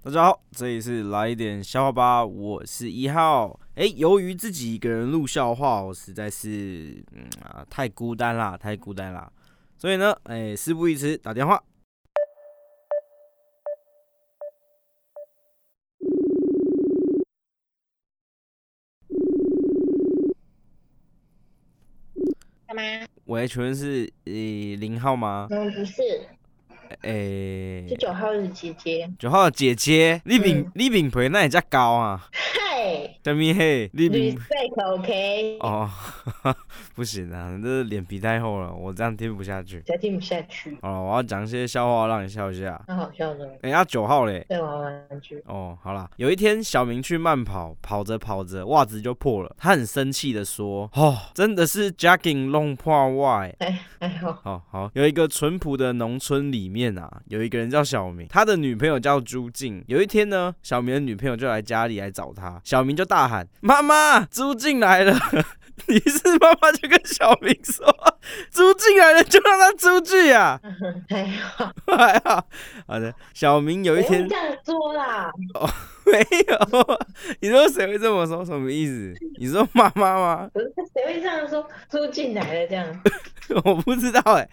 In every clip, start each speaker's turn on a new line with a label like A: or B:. A: 大家好，这里是来一点笑话吧，我是一号。哎、由于自己一个人录笑话，我实在是嗯啊太孤单啦，太孤单啦，所以呢，哎、事不宜迟，打电话。
B: 干嘛？
A: 喂，请问是呃零号吗？
B: 嗯，不是，
A: 哎、
B: 是九号的姐姐。
A: 九号的姐姐，你饼
B: 嗯
A: 你饼皮那也叫高啊？
B: 嗨
A: 什么嘿？你饼
B: ，respect，OK？
A: 哦， 不行啊，这脸皮太厚了，我这样听不下去。
B: 才听不下去，
A: 好了，我要讲一些笑话让你笑一下。
B: 蛮好笑的。
A: 哎、欸，那九号嘞？
B: 在玩玩具，
A: 哦，好啦，有一天小明去慢跑，跑着跑着袜子就破了，他很生气的说：“哦，真的是 jogging 弄破袜、欸。”
B: 还还好。
A: 好好，有一个淳朴的农村里面啊，有一个人叫小明，他的女朋友叫朱静。有一天呢，小明的女朋友就来家里来找他，小明就大喊：“妈妈，朱静来了！” 于是妈妈就跟小明说：“朱静来了，就让他出去啊！”
B: 还好，
A: 还好，好的，小明有一
B: 不
A: 天
B: 用这样说啦，
A: 没有，你说谁会这么说？什么意 思？你说妈妈吗？
B: 不是谁会这样说？猪进来了这样，
A: 哦我不知道哎、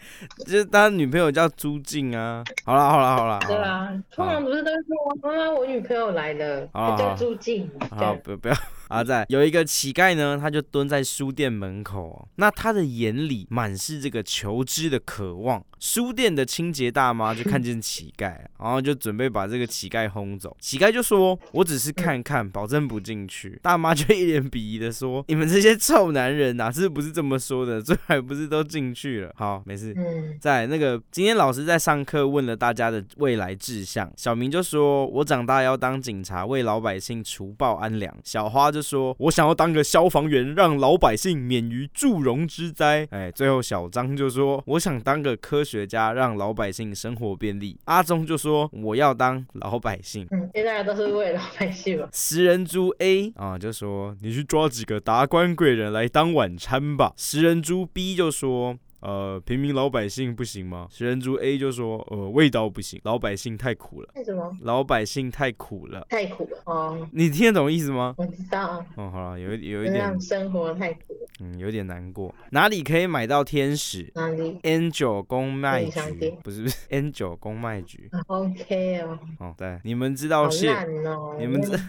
A: 就是他女朋友叫朱静啊。好啦好啦好啦，好
B: 对
A: 啦，
B: 啊，通常不是都会说妈妈，我女朋友来了，
A: 好啦好
B: 她叫
A: 啦
B: 朱静，这
A: 好
B: 样
A: 不 不要。啊，在有一个乞丐呢，他就蹲在书店门口哦，那他的眼里满是这个求知的渴望。书店的清洁大妈就看见乞丐，然后就准备把这个乞丐轰走。乞丐就说：“我只是看看，保证不进去。”大妈就一脸鄙夷的说：“ 你们这些臭男人哪是不是这么说的？最后还不是都进去了？好，没事。”
B: 嗯，
A: 在那个今天老师在上课问了大家的未来志向，小明就说：“我长大要当警察，为老百姓除暴安良。”小花就说：“我想要当个消防员，让老百姓免于祝融之灾。”哎，最后小张就说：“我想当个科学家，让老百姓生活便利。”阿忠就说：“我要当老百姓。”
B: 嗯，现在都是为了老百姓嘛。
A: 食人猪 A 啊就说：“你去抓几个达官贵人来当晚餐吧。”食人猪 B 就说。呃，平民老百姓不行吗？食人猪 A 就说，呃，味道不行，老百姓太苦了，
B: 为什么？
A: 老百姓太苦了。
B: 太苦了哦，
A: 你听得懂意思吗？
B: 我知道，
A: 哦，好了，有一有
B: 就
A: 一
B: 这
A: 点
B: 样，生活太苦了。
A: 嗯，有点难过。哪里可以买到天使
B: 哪里
A: ？Angel 公卖
B: 便利商
A: 局
B: 店
A: 不是不是 Angel 公卖局
B: ？OK 哦，
A: 哦，对，你们知道
B: 好
A: 谢
B: 烂哦。
A: 你们知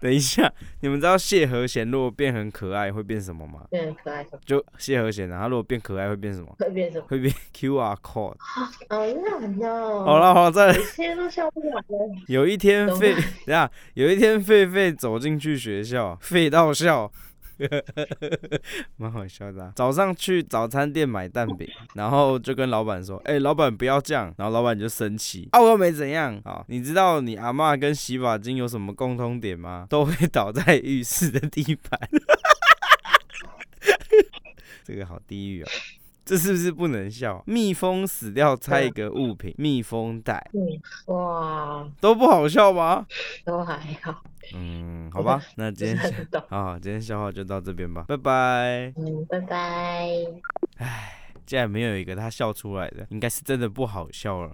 A: 等一下，你们知道谢和弦如果变很可爱会变什么吗？
B: 变得可爱什么？
A: 就谢和弦啊，他如果变可爱会变什么？
B: 会变什么？
A: 会变 QR code。
B: 好烂哦！
A: 好，了好了，再来。
B: 现在都笑不完了。
A: 有一天
B: 怎么
A: 狒， 等一下有一天狒狒走进去学校，狒到笑， 蛮好笑的啊、早上去早餐店买蛋饼，然后就跟老板说：“哎、老板不要这样。”然后老板就生气：“啊，我又没怎样。”好，你知道你阿嬷跟洗发精有什么共通点吗？都会倒在浴室的地板。 这个好地狱哦。这是不是不能笑？蜜蜂死掉，猜一个物品，蜜蜂袋
B: 嗯，哇，
A: 都不好笑吗？
B: 都还好，
A: 嗯，好吧，那今天
B: 真的
A: 笑
B: 很懂。
A: 啊，今天笑话就到这边吧，拜拜。
B: 嗯，拜拜。
A: 竟然没有一个他笑出来的，应该是真的不好笑了。